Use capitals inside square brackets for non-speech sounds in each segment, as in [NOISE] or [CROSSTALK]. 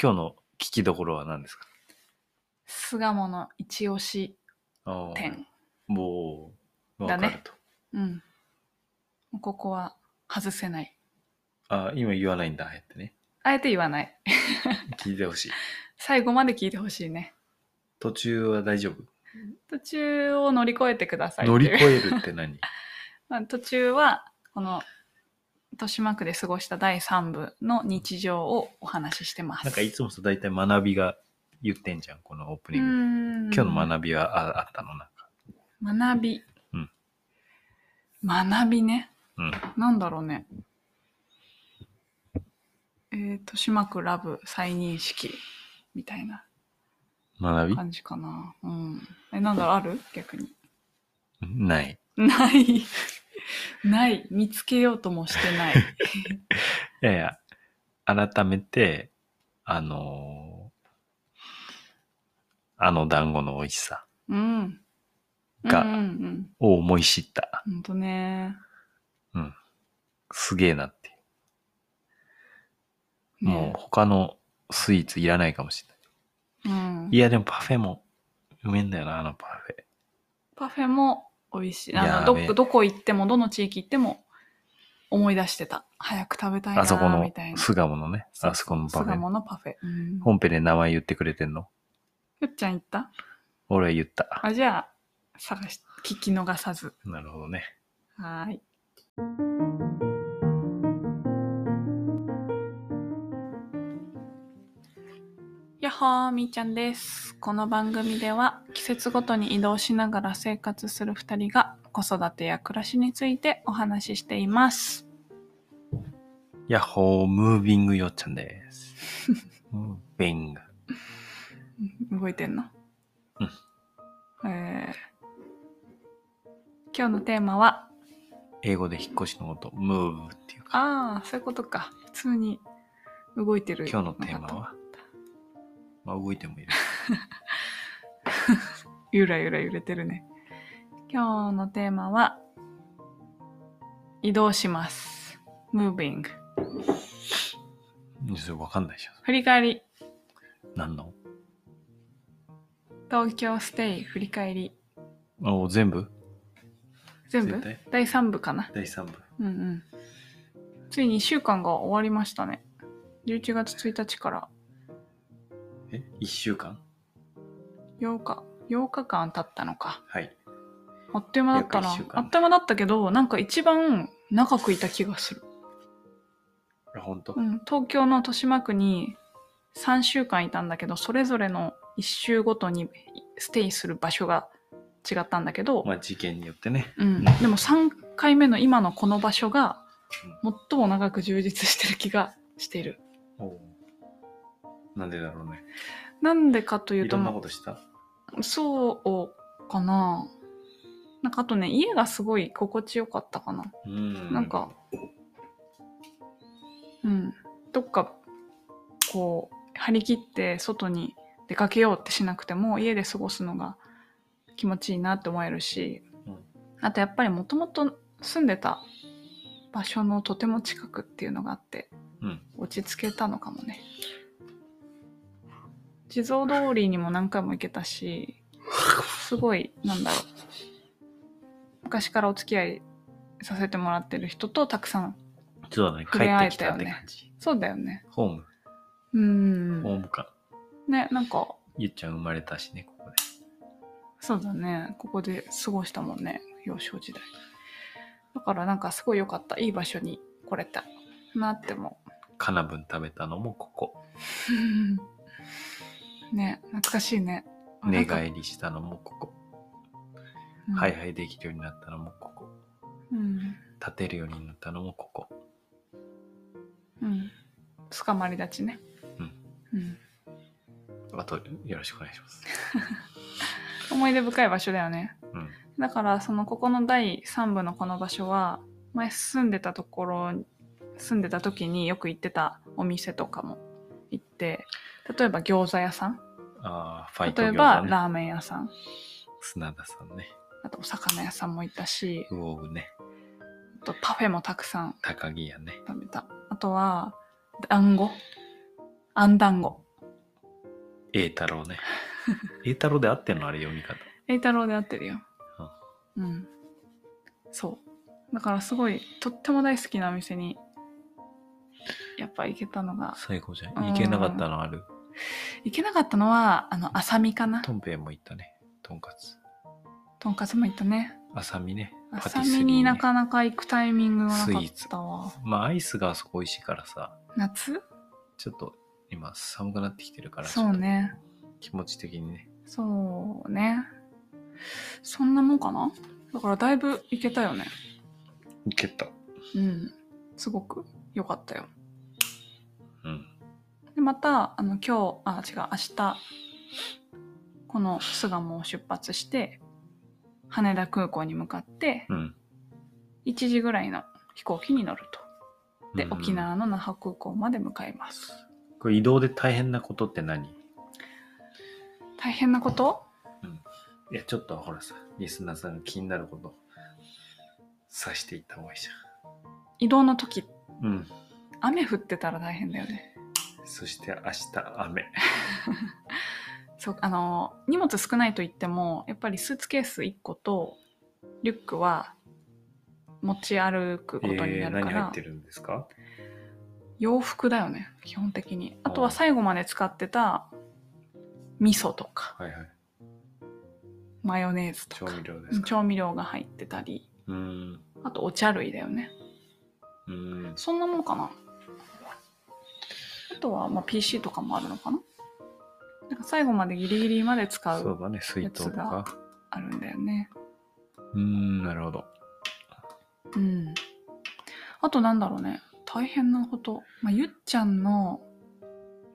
今日の聞きどころは何ですか巣鴨の一押しあー店。もう、わだねかると。うん。もうここは外せない。あー今言わないんだ、あえてね。あえて言わない。聞いてほしい。最後まで聞いてほしいね。途中は大丈夫。途中を乗り越えてくださいってい乗う。り越えるって [LAUGHS] 何まあ、途中はこの豊島区で過ごした第3部の日常をお話ししてます。なんかいつもさ、大体学びが言ってんじゃん、このオープニング。今日の学学びはああったのなんか。び。学び。うん学びね。うん。なんだろうね。えー、豊島区ラブ再認識みたいな学び感じかな。うん。え、なんだろう、ある逆に。 [LAUGHS] ない。ない。 [LAUGHS] ない。見つけようともし [LAUGHS] てない。いやいや、改めて、あのーあの団子の美味しさうん。がうんうんうん。を思い知った。ほんとね。すげえなっていう。ねもう他のスイーツいらないかもしれない。うんいや、でもパフェもうめえんだよな、あのパフェ。パフェも美味しい。やあーのどねこどこ行っても、どの地域行っても思い出してた。早く食べたいなあそこーのみたいな。巣鴨のね、あそこのパフ巣ェ。鴨のパフェ。うん本編で名前言ってくれてんのよっちゃん行った俺は言った。あ、じゃあ、探し、聞き逃さず。なるほどね。はーい。やっほーみーちゃんです。この番組では季節ごとに移動しながら生活する2人が子育てや暮らしについてお話ししています。ヤッホー、ムービングよっちゃんです。ムービング。動いてんのえー今日のテーマは、英語で引っ越しのこと、ムーブっていうか。ああ、そういうことか。普通に動いてる。今日のテーマはまあ動いてもいる。ゆらゆら揺れてるね。今日のテーマは、移動します。moving。それわかんないでしょ。振り返り。何の東京ステイ振り返り。お全部全部全体第3部かな。第3部。うんうん。ついに1週間が終わりましたね。11月1日からえ ?1 週間8日、8日間経ったのか。はい。あっという間だったな約一週。間あっという間だったけど、なんか一番長くいた気がする。あ、ほんとうん、東京の豊島区に3週間いたんだけどそれぞれの1週ごとにステイする場所が違ったんだけど、まあ事件によってね。うん、でも3回目の今のこの場所が最も長く充実してる気がしている。おうなんでだろうね。なんでかといういとろんなことしたそうかな。なんかあとね家がすごい心地よかったかな。うんなんか、うん、どっかこう張り切って外に出かけようってしなくても家で過ごすのが気持ちいいなって思えるし、うんあとやっぱりもともと住んでた場所のとても近くっていうのがあってうん。落ち着けたのかもね。地蔵通りにも何回も行けたし、すごい、なんだろう。昔からお付き合いさせてもらってる人とたくさん、そうだね。帰触れ合っえてきたたよってね感じ。そうだよね。ホーム、うホん。ーム感。ね、なんか、ゆっちゃん生まれたしね、ここで。そうだね。ここで過ごしたもんね。幼少時代。だからなんかすごい良かった。いい場所に来れたなって思カナブン食べたのもここ。う。 [LAUGHS] ね、懐かしいね。あ寝なんか返りしたのもここ。うんハイハイできるようになったのもここ。うん。立てるようになったのもここ。うん。つかまり立ちね。うんうん。あと、よろしくお願いします。思い出深い場所だよね。うん。だから、その、ここの第3部のこの場所は、前住んでたところ、住んでた時によく行ってたお店とかも行って、例えば餃子屋さん、ああ、ファイト例えば餃子ね。ラーメン屋さん、砂田さんね。あとお魚屋さんも行ったし、ウオーグね。あとパフェもたくさん高木屋ね。食べた。あとは、団子。あん団子。栄太郎ね。 [LAUGHS] 栄太郎で合ってんのあれ読み方。栄太郎で合ってるよあ。うん。そう。だからすごい、とっても大好きなお店に、やっぱ行けたのが、最高じゃうんん。いけなかったのある。行けなかったのは、あの、浅見かな。とんぺいも行ったね。とんかつ。とんかつも行ったね。あさみね。パテ浅ィスリ見ー、ね。になかなか行くタイミングがなかっスイーツたわ。 [LAUGHS] まあアイスがあそこ美味しいからさ、夏ちょっと今寒くなってきてるから、そうね。ちょっと気持ち的にね。そうね。そんなもんかなだからだいぶ行けたよね。いけた。うん。すごく良かったよ。うん。でまたあの今日あ違う明日この巣鴨を出発して羽田空港に向かってうん。 1時ぐらいの飛行機に乗るとで、うん沖。縄の那覇空港まで向かいますこれ移動で大変なことって何大変なこといや、ちょっとほらさ、リスナーさんが気になること、さしていった方がいいじ移動の時ゃん。うん。雨降ってたら大変だよねそして明日雨。そうあの荷物少ないと言ってもやっぱりスーツケース1個とリュックは持ち歩くことにえなー、るか何入ら、ってるんですか洋服だよね基本的にあとうはん最後まで使ってた味噌とかはいはい。マヨネーズと調か味料ですか調味料が入ってたりうーん。あとお茶類だよねうーん。そんなもんかなあとはまあ PC とかもあるのかななんか最後までギリギリまで使そううだね、水筒とやか。あるんだよねうーん、なるほど。うんあとなんだろうね大変なこと、まあ、ゆっちゃんの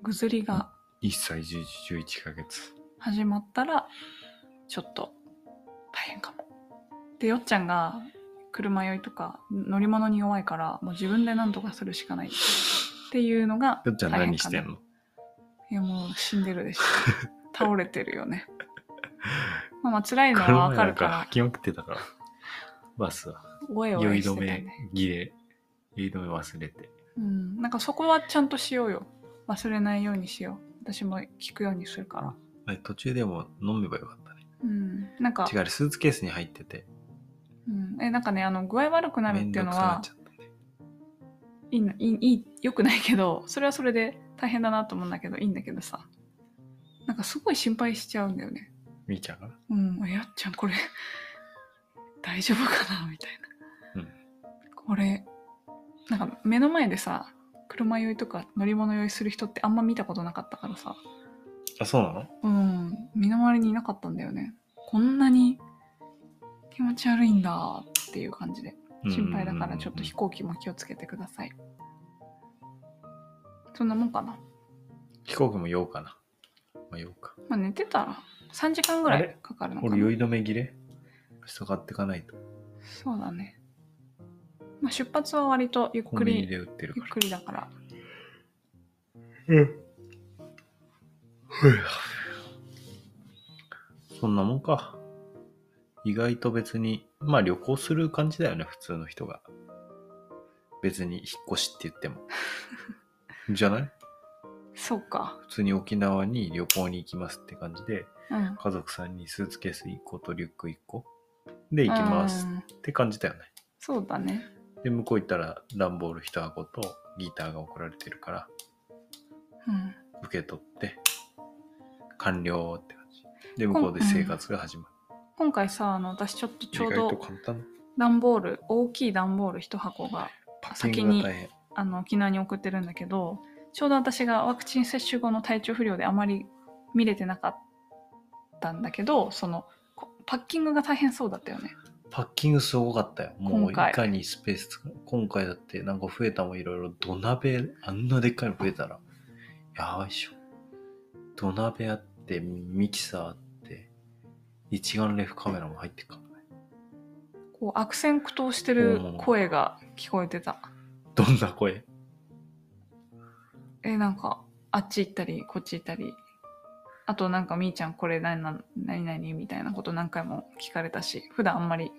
ぐずりが1歳10 11ヶ月。始まったらちょっと大変かも。でよっちゃんが車酔いとか乗り物に弱いからもう自分で何とかするしかないっていうのがよっちゃん大変何かしなてんのいやもう死んでるでしょ倒れてるよ [LAUGHS] ねまあまあ辛いのはわかるかこの前なんら吐きまくってたから。バスは。おえお酔いえして止ためね、儀礼。酔い止め忘れて。うん、なんかそこはちゃんとしようよ忘れないようにしよう私も聞くようにするからあれ途中でも飲めばよかったね。うんなんか違うあれ、スーツケースに入ってて。うん、えなんかねあの具合悪くなるっめんていどうくのさなはっちゃったね。いいのいいいいよくないけどそれはそれで大変だなと思うんだけどいいんだけどさなんかすごい心配しちゃうんだよねみーちゃんがうんやっちゃんこれ大丈夫かなみたいな、うんこれなんか目の前でさ車酔いとか乗り物酔いする人ってあんま見たことなかったからさあ、そうなのうん身の回りにいなかったんだよねこんなに気持ち悪いんだっていう感じで心配だからちょっと飛行機も気をつけてください。そんなもんかな。飛行機も酔うかな。まあ、酔うか。まあ、寝てたら3時間ぐらあれいかかるのか俺、酔。ない止め切れ明日買ってかないと。そうだね。まあ、出発は割とゆっコくンビニり、で売ってるゆかっくりだから。ら。うん。ふぅそんなもんか。意外と別に、まあ旅行する感じだよね、普通の人が。別に引っ越しって言って [LAUGHS] も。じゃないそうか。普通に沖縄に旅行に行きますって感じで、うん。家族さんにスーツケース1個とリュック1個で行きますうんって感じだよね。そうだね。で、向こう行ったら段ボール1箱とギターが送られてるから、うん。受け取って、完了って感じ。で、向こうで生活が始まる。今回さ、あの私ちょっとちょ意う外とど簡単。段ボール、大きい段ボール1箱がパッキ先ングにが大変。あの沖縄に送ってるんだけどちょうど私がワクチン接種後の体調不良であまり見れてなかったんだけどそのこパッキングが大変そうだったよねパッキングすごかったよ。もう今い回かにスペース使う。今回だってなんか増えたもんいろいろ土鍋、あんなでっかいの増えたら、やばいっしょ。土鍋あって、ミキサーあって、一眼レフカメラも入ってっからね。こう悪戦苦闘してるうん声が聞こえてたどんな声えなんかあっち行ったりこっち行ったりあとなんかみーちゃんこれ何なん何々みたいなこと何回も聞かれたし普段あんまり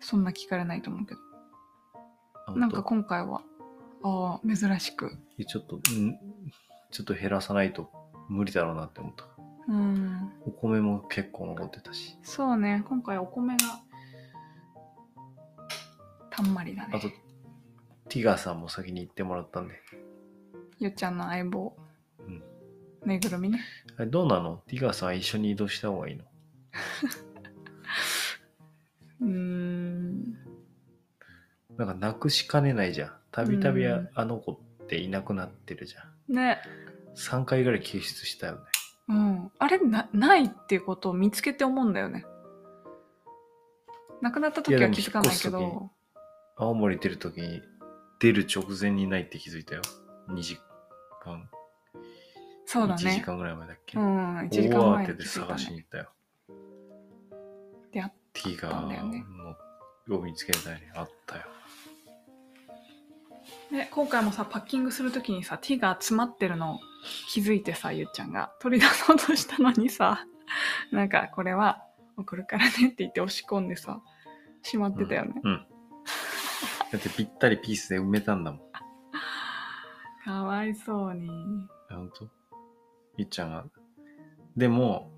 そんな聞かれないと思うけあどなんかど今回はああ珍しくちょっと、んちょっと減らさないと無理だろうなって思った。うんお米も結構残ってたし。そうね今回お米がたんまりだあとね、ティガーさんも先に行ってもらったんで。ゆっちゃんの相棒うん。ぬいぐるみねあれどうなのティガーさん一緒に移動した方がいいのうーんなんかなくしかねないじゃん。たびたびうあんあの子っていなくなってるじゃん。ね3回ぐらい救出したよね。うん、あれなないっていうことを見つけて思うんだよね。亡くなった時いやはでも気づかな引いけっ越すど、青森出るときに、出る直前にないって気づいたよ。2時間、そうだ1時ね。間ぐらい前だっけ。うん、1大時間前慌にて気でづいた探しね。に行ったよ。であティガたんだよねーのを見つけたいにあったよ。で今回もさパッキングする時にさ手が詰まってるのを気づいてさゆっちゃんが取り出そうとしたのにさ [LAUGHS] なんかこれは送るからねって言って押し込んでさしまってたよね。うん。うんだってぴったりピースで埋めたんだもん。かわいそうに。ほんとゆっちゃんが。でも、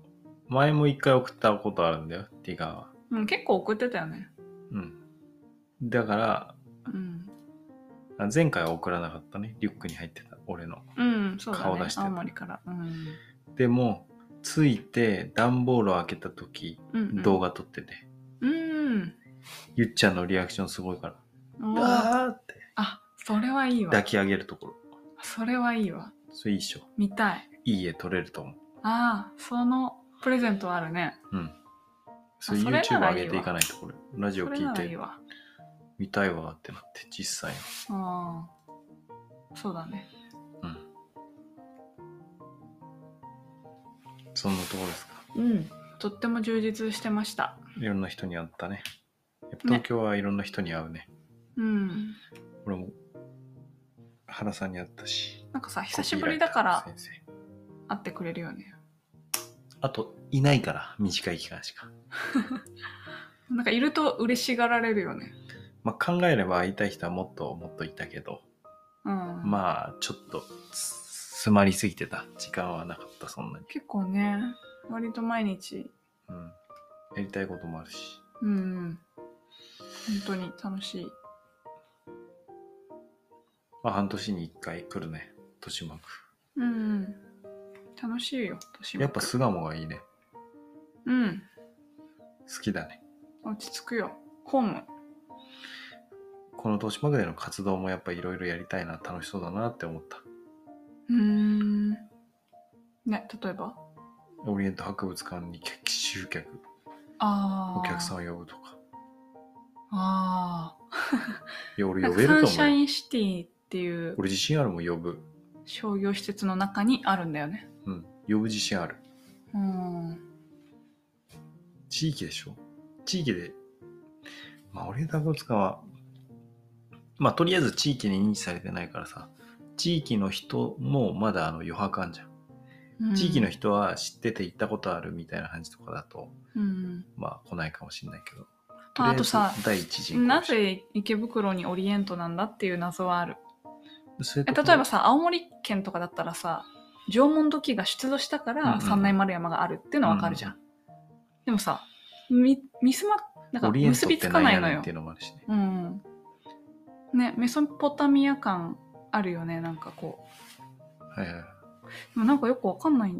前も一回送ったことあるんだよ、ティガーは。うん、結構送ってたよね。うん。だから、うん、あ前回は送らなかったね。リュックに入ってた、俺の。うん、そうだ顔ね出し。てた青森から。うんでも、ついて段ボールを開けた時、うんうん、動画撮ってて、うん。ゆっちゃんのリアクションすごいから、おーあーってあ、それはいいわ抱。き上げるところ。それはいいわ。それいいっしょ。見たい。いい絵撮れると思う。ああ、そのプレゼントあるね。うん。それそれ YouTube ならいいわ上げていかないとこれ、ラジそオれ聞ないらいいて、わ。見たいわってなって、実際ああ、そうだね。は。うん。そんなところですか。うん。とっても充実してました。いろんな人に会ったね。やっぱ東京はいろんな人に会うねうん。俺も原さんに会ったしなんかさ、久しぶりだからコピーライターの先生会ってくれるよね。あといないから短い期間しかなんかいると嬉しがられるよね。まあ考えれば会いたい人はもっともっといたけどうん。まあちょっとつ詰まりすぎてた時間はなかったそんなに結構ね、割と毎日、うんやりたいこともあるしうんうん。本当に楽しい。まあ半年に1回来るね豊島区うんうん。楽しいよ、年もやっぱ巣鴨がいいねうん。好きだね落ち着くよ。ホーム。この豊島区での活動もやっぱいろいろやりたいな楽しそうだなって思ったうーん。ね、例えばオリエント博物館に客集客ああ。お客さんを呼ぶとかあいや俺あ。な呼んべかるとサ思うンよシャインシティっていう俺自信あるもん呼ぶ商業施設の中にあるんだよね。うん呼ぶ自信あるうん。地域でしょ地域でまあ俺の博物館はまあとりあえず地域に認知されてないからさ地域の人もまだあの余白あんじゃんうん地域の。人は知ってて行ったことあるみたいな感じとかだとうん。まあ来ないかもしれないけどとりああえあとずさ、第一陣なぜ池袋にオリエントなんだっていう謎はある。そういうえとこ例えばさ、青森県とかだったらさ、縄文土器が出土したかうんうらん三内丸山があるっていうのはわかるじゃん。でもさ、み、ミスマ、なんかオリエン結トびっつてか何ないやのねんよっ。ていうのもあるしねうん。ね、メソポタミア感あるよね、なんかこ。はいはいはいうでもなんかよくわかんない、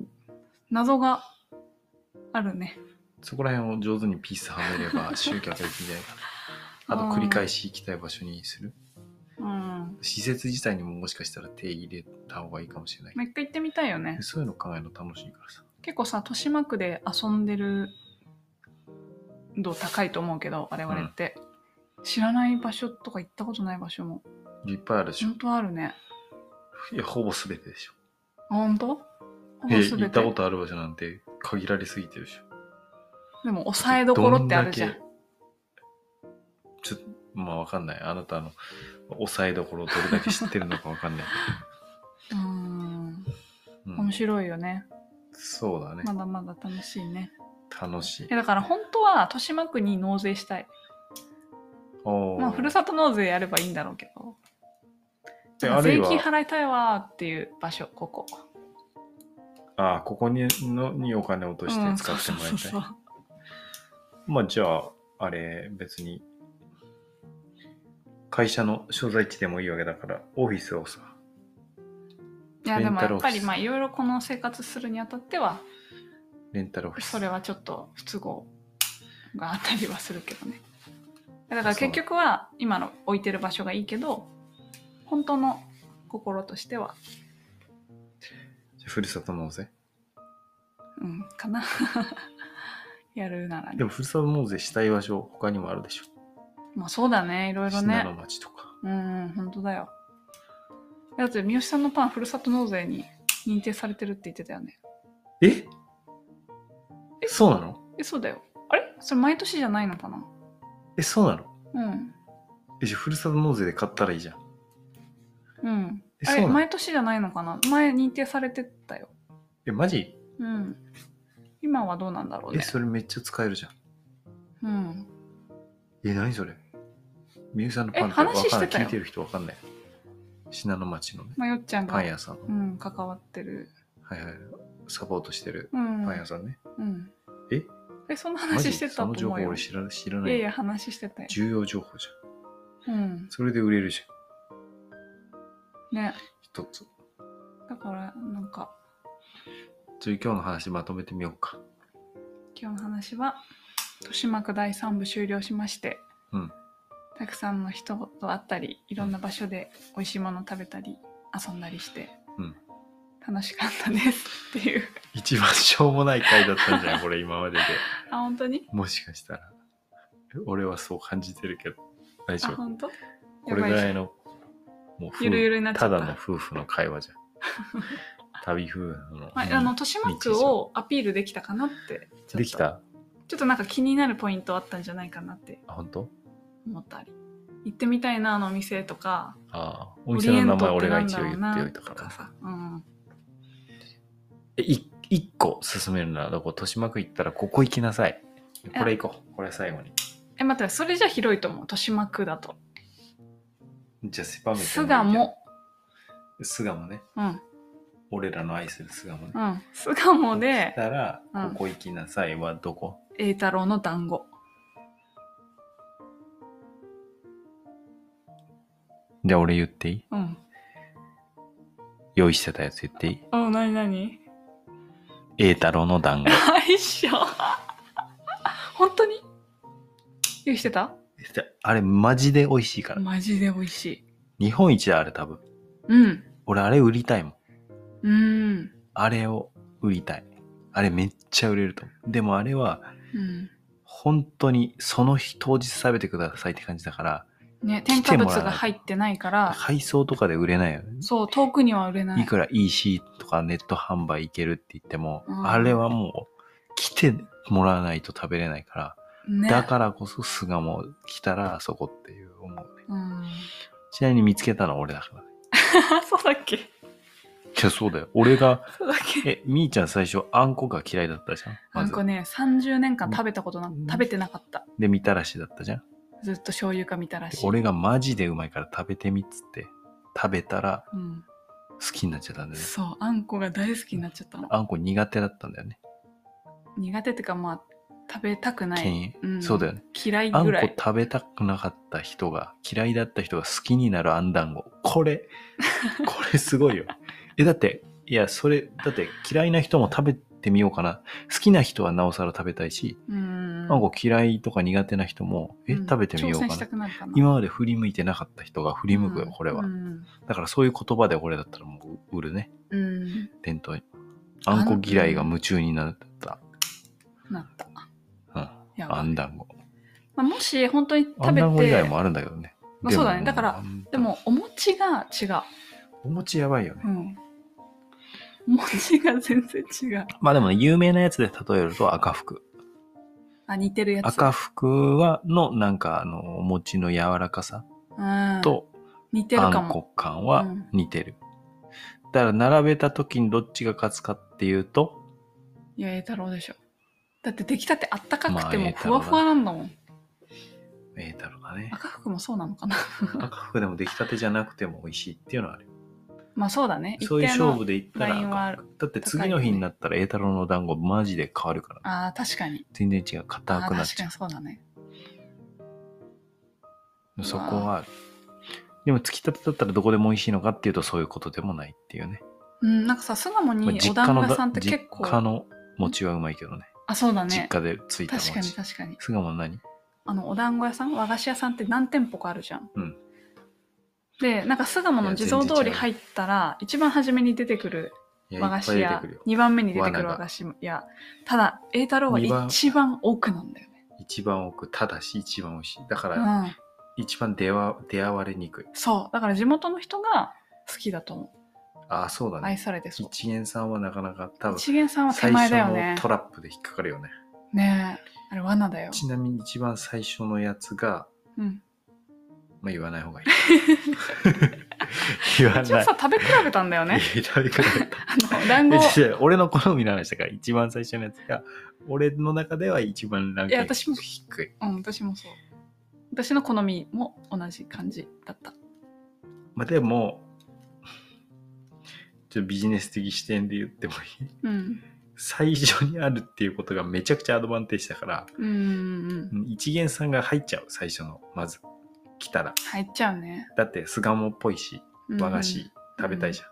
謎があるね。そこら辺を上手にピースはめれ [LAUGHS] ば集客できるんじゃないかなあと繰り返し行きたい場所にするうん。施設自体にももしかしたら手入れた方がいいかもしれないもう一回行ってみたいよね。そういうの考えるの楽しいからさ結構さ、豊島区で遊んでる度高いと思うけど、我々って。知らない場所とか行ったことない場所も、いっぱいあるでしょ本当あるね。いやほぼ全てでしょあ、本当ほぼえ全て行ったことある場所なんて限られすぎてるでしょでも、抑えどころってあるじゃん。どだけちょっとまあわかんないあなたの抑えどころをどれだけ知ってるのかわかんない、うん。う [LAUGHS] ん面白いよね。そうだねまだまだ楽しいね。楽しいえだから本当は豊島区に納税したい。おーまあ、ふるさと納税やればいいんだろうけど。であるい税は金払いたいわーっていう場所、ここ。ああ、ここにのにお金を落として使ってもらいうんそうそうたそうい。そうまあじゃあ、あれ、別に、会社の所在地でもいいわけだから、オフィスをさ、いやレンでもタやルオっフィぱスりまあいろいろこの生活するにあたってはレンタルオフィス。それはちょっと不都合があったりはするけどねだから結局は今の置いてる場所がいいけど本当の心としてはじゃあふるさと納税。うんかな [LAUGHS] やるならでねも、ふるさと納税したい場所、他にもあるでしょ。まあそうだねいろいろ信ね濃町とか。うんうん本当だよだって三好さんのパンふるさと納税に認定されてるって言ってたよねええそうなのえそうだよあれそれ毎年じゃないのかなえ、そうなのうんえ、じゃあ、ふるさと納税で買ったらいいじゃん。うんえあそうれなの毎年じゃないのかな前認定されてたよえ、マジうん今はどうなんだろうえ、ねそれめっちゃ使えるじゃん。うんえ、何それみゆさんのパンえってわかん話しなてい。たよ聞いてる人わかんない。信濃町のね、まあ、よっちゃんパがン、屋さんの。うん、関わってるはいはい。サポートしてるうんパン屋さんね。うんええそんなマジ話してたとその情思報うよ俺知ら知らいなやい。いや話してたよ、重要情報じゃん。うん、それで売れるじゃん。ね一つ。だからなんかじゃあ今日の話まとめてみようか。今日の話は豊島区第3部終了しまして、うんたくさんの人と会ったりいろんな場所で美味しいもの食べたり遊んだりして、うん楽しかったですっていう一番しょうもない回だったんじ [LAUGHS] ゃないこれ今までで。あ本当にもしかしたら。俺はそう感じてるけど。大あ丈夫。本当これぐらいいの、もう夫ゆるゆるになっちゃたっただの夫婦の会話じゃん。 [LAUGHS] 旅夫婦の。まあ、あの豊島区をアピールできたかなってちょっとできたちょっとなんか気になるポイントあったんじゃないかなってあ、本当？思ったり行ってみたいなあのお店とかああ、お店の名前俺が一応言っておいたとからかね。さ、うん、え、い一個進めるならどこ豊島区行ったらここ行きなさい。これ行こう。これ最後に。え待ってそれじゃ広いと思う豊島区だとじゃあ狭めて巣鴨巣鴨ね。うん俺らの愛する巣鴨ね。うん巣鴨しでたら、うんここ行きなさいはどこ栄太郎の団子じゃあ俺言っていいうん用意してたやつ言っていいあなになに栄太郎の団子。一緒 [LAUGHS] 本当に用意してたあれマジで美味しいから。マジで美味しい日本一だ、あれ多分。うん俺あれ売りたいもん。うんあれを売りたい。あれめっちゃ売れると思う。でもあれは、うん本当にその日当日食べてくださいって感じだから、ね来添て加もらわない物が入ってないから配送とかで売れないよね。そう遠くには売れないいくら EC とかネット販売いけるって言っても、うんあれはもう来てもらわないと食べれないから、ねだからこそ巣鴨来たらあそこっていう思うね。うんちなみに見つけたのは俺だからね。 [LAUGHS] そうだっけいや、そうだよ。俺 [LAUGHS] が、そうだっ [LAUGHS] けえ、みーちゃん最初あんこが嫌いだったじゃん。あまんずこね30年間食べたことなうん食べてなかったで、みたらしだったじゃん。ずっと醤油かみたらでし俺がマジでうまいから食べてみっつって、食べたらうん、好きになっちゃったんだよね。そうあんこが大好きになっちゃったのあんこ苦手だったんだよね。苦手っていうかまあ食べたくな禁い、煙、うん、そうだよね。嫌いあんこぐらい食べたくなかった人が、嫌いだった人が好きになるあん団子。これ、 [LAUGHS] これすごいよ。え、だって、いや、それ、だって嫌いな人も食べてみようかな。好きな人はなおさら食べたいし、うんあんこ嫌いとか苦手な人も、え、うん食べてみよう挑か戦したな。くなるかな今まで振り向いてなかった人が振り向くよ、うんこれはう。ん、だからそういう言葉で俺だったらもう売るね、うん伝統に。あんこ嫌いが夢中になった。なったうん、やばいあん団子。まあ、もし本当にあ食んべ団子以て外もあるんだけどね。まあそうだねだから、で、もお餅が違うお餅やばいよね。うんお餅が全然違うまあでもね、有名なやつで例えると赤福。あ似てるやつ赤福は、のなんかあの、お餅の柔らかさうんと、似てるあかんもこ感は似てる。だから並べた時にどっちが勝つかっていうと、いや栄太郎でしょだって出来たてあったかくてまあ栄も太ふ郎わだふわなんだもん、ええ [LAUGHS] だろうだね。赤福もそうなのかな赤福でも出来たてじゃなくても美味しいっていうのはある。まあそうだね。そういう一定の勝負でいったらラインはああかるんだって次の日になったら栄太郎の団子マジで変わるからああ、確かに。全然違うあ硬あくなっ確ちかゃにそうだね。うそこはでも突き立てだったらどこでも美味しいのかっていうとそういうことでもないっていうね、うん、なんかさ、巣鴨まあにお実家団の子ださんって実結構。家の餅はうまいけどねあ、そうだ実ね。家でついた確かに餅確かに。巣鴨の何あの、お団子屋さん、和菓子屋さんって何店舗かあるじゃん。うんで、なんか巣鴨の地蔵通り入ったら、一番初めに出てくるいや和菓子いっぱい出て屋くるよ、 2番目に出てく罠るが和菓子屋。ただ、栄太郎は二番一番奥なんだよね。一番奥ただし一番美味しいだかうらん。一番出わ出会われにくいそう。だから地元の人が好きだと思う。ああそうだ愛ねされてそう。一元さんはなかなか多分一元さんは手最前初だよのね。トラップで引っかかるよねねえ。あれ罠だよ。ちなみに一番最初のやつがうん。まあ言わない方 [LAUGHS] がいい [LAUGHS] 言わない一応さ、食べ比べたんだ [LAUGHS] よね。いや食べ方だったあの、 [LAUGHS] 団子。いえ違う俺の好みの話だから一番最初のやつが俺の中では一番ランクや、私も、低いうん、私もそう。私の好みも同じ感じだった。まあでもちょっとビジネス的視点で言ってもいいうん。最初にあるっていうことがめちゃくちゃアドバンテージだからうんうんうん。うん一元さんが入っちゃう最初のまず来たら入っちゃうね。だって巣鴨っぽいしうん和菓子。食べたいじゃん、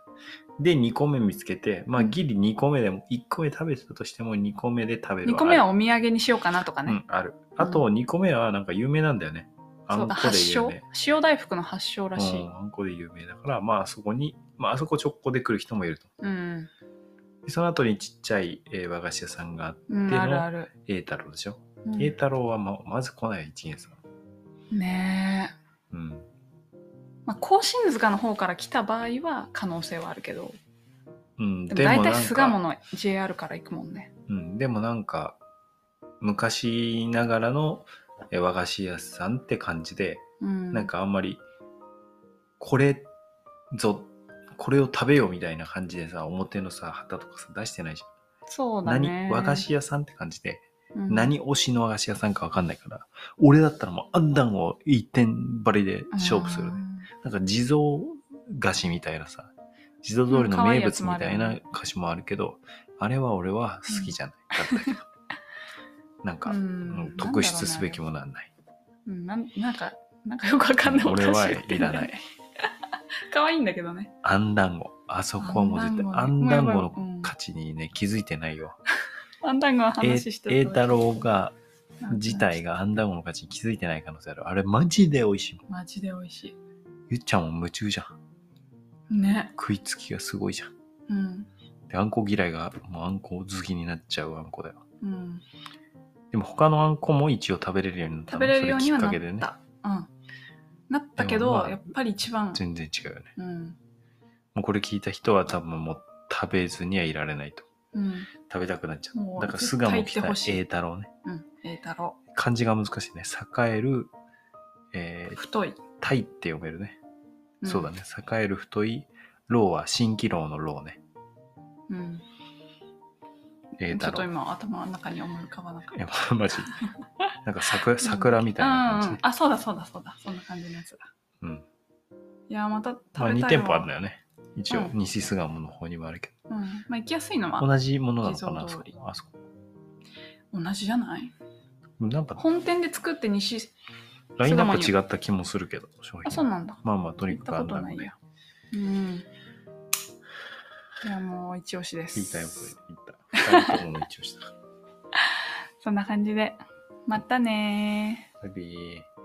で2個目見つけてまあギリ2個目でも1個目食べてたとしても2個目で食べる2個目はあお土産にしようかなとかる,、うんね。、あるあと2個目はなんか有名なんだよね、あそんうこだ、で発有祥名。塩大福の発祥らしうい。んあんこで有名だからまああそこにまああそこ直行で来る人もいるとうん。でその後にちっちゃい、えー和菓子屋さんがあってうん、のあるある。栄太郎でしょうん栄、太郎はままず来ないよ一元さんねえ。うんまあ、甲信塚の方から来た場合は可能性はあるけど、うん、でも大体なん巣か鴨の JR から行くもんね。うん、でもなんか昔ながらのえ和菓子屋さんって感じで、うん。なんかあんまりこれぞこれを食べようみたいな感じでさ表のさ旗とかさ出してないじそゃ、うんだね。何和菓子屋さんって感じで、うん何推しの和菓子屋さんかわかんないから俺だったらもうあんだんを一点張りで勝負するね、なんか地蔵菓子みたいなさ地蔵通りの名物みたいな菓子もあるけど、あれは俺は好きじゃない、だった [LAUGHS] けどなんか、うんうん特筆すべきものはないうんうんなんなんか、なんかよくわかんないお菓俺子は売っていんらだよなねい。 [LAUGHS] 可愛いんだけどね。あんだんごあそこはもう絶対ああんんだだんんごごねのうん価値にね気づいてないよあんたんが話して栄太郎がなんか自体があんだんごの価値に気づいてない可能性あるあれマジで美味しいもんマジで美味しゆっちゃんも夢中じゃんい。ね。食いつきがすごいじゃんうん。であんこ嫌いがもうあんこ好きになっちゃうあんこだようん。でも他のあんこも一応食べれるようになったの食べれるようにはなっそた。れきっかけでねうん。なったけでど、もまあやっぱり一番、全然違うよねうん。もうこれ聞いた人は多分もう食べずにはいられないとうん。食べたくなっちゃもううだから巣鴨来絶対行ってたほしい栄太郎ねうん。栄太郎。漢字が難しいね栄えるえー、太い。タイって読めるね、んそうだ。ね栄える太い老は蜃気楼の老ねうん。栄ちょ太っと郎今頭の中に思い浮かばなかっいやた。まマジなんか桜桜みたいな感じうんうねん、あ、そうだそうだそうだ。そんな感じのやつだ。うん、いや、また食べたまあいわ。 2店舗あるんだよね一応、うん西巣鴨の方にもあるけうん。まあ行きやすいのどは同じものなのかなあ地そこ蔵通りあそこ同じじゃないなんか本店で作って西ラインナップ違った気もするけど、商あそう品。なんだまあまあ、とに行っかくあたんこなとのないねや。うんいやもう一押しです言いたいこと言った。二人ともの [LAUGHS] 一応した。そんな感じでまたねーバイビー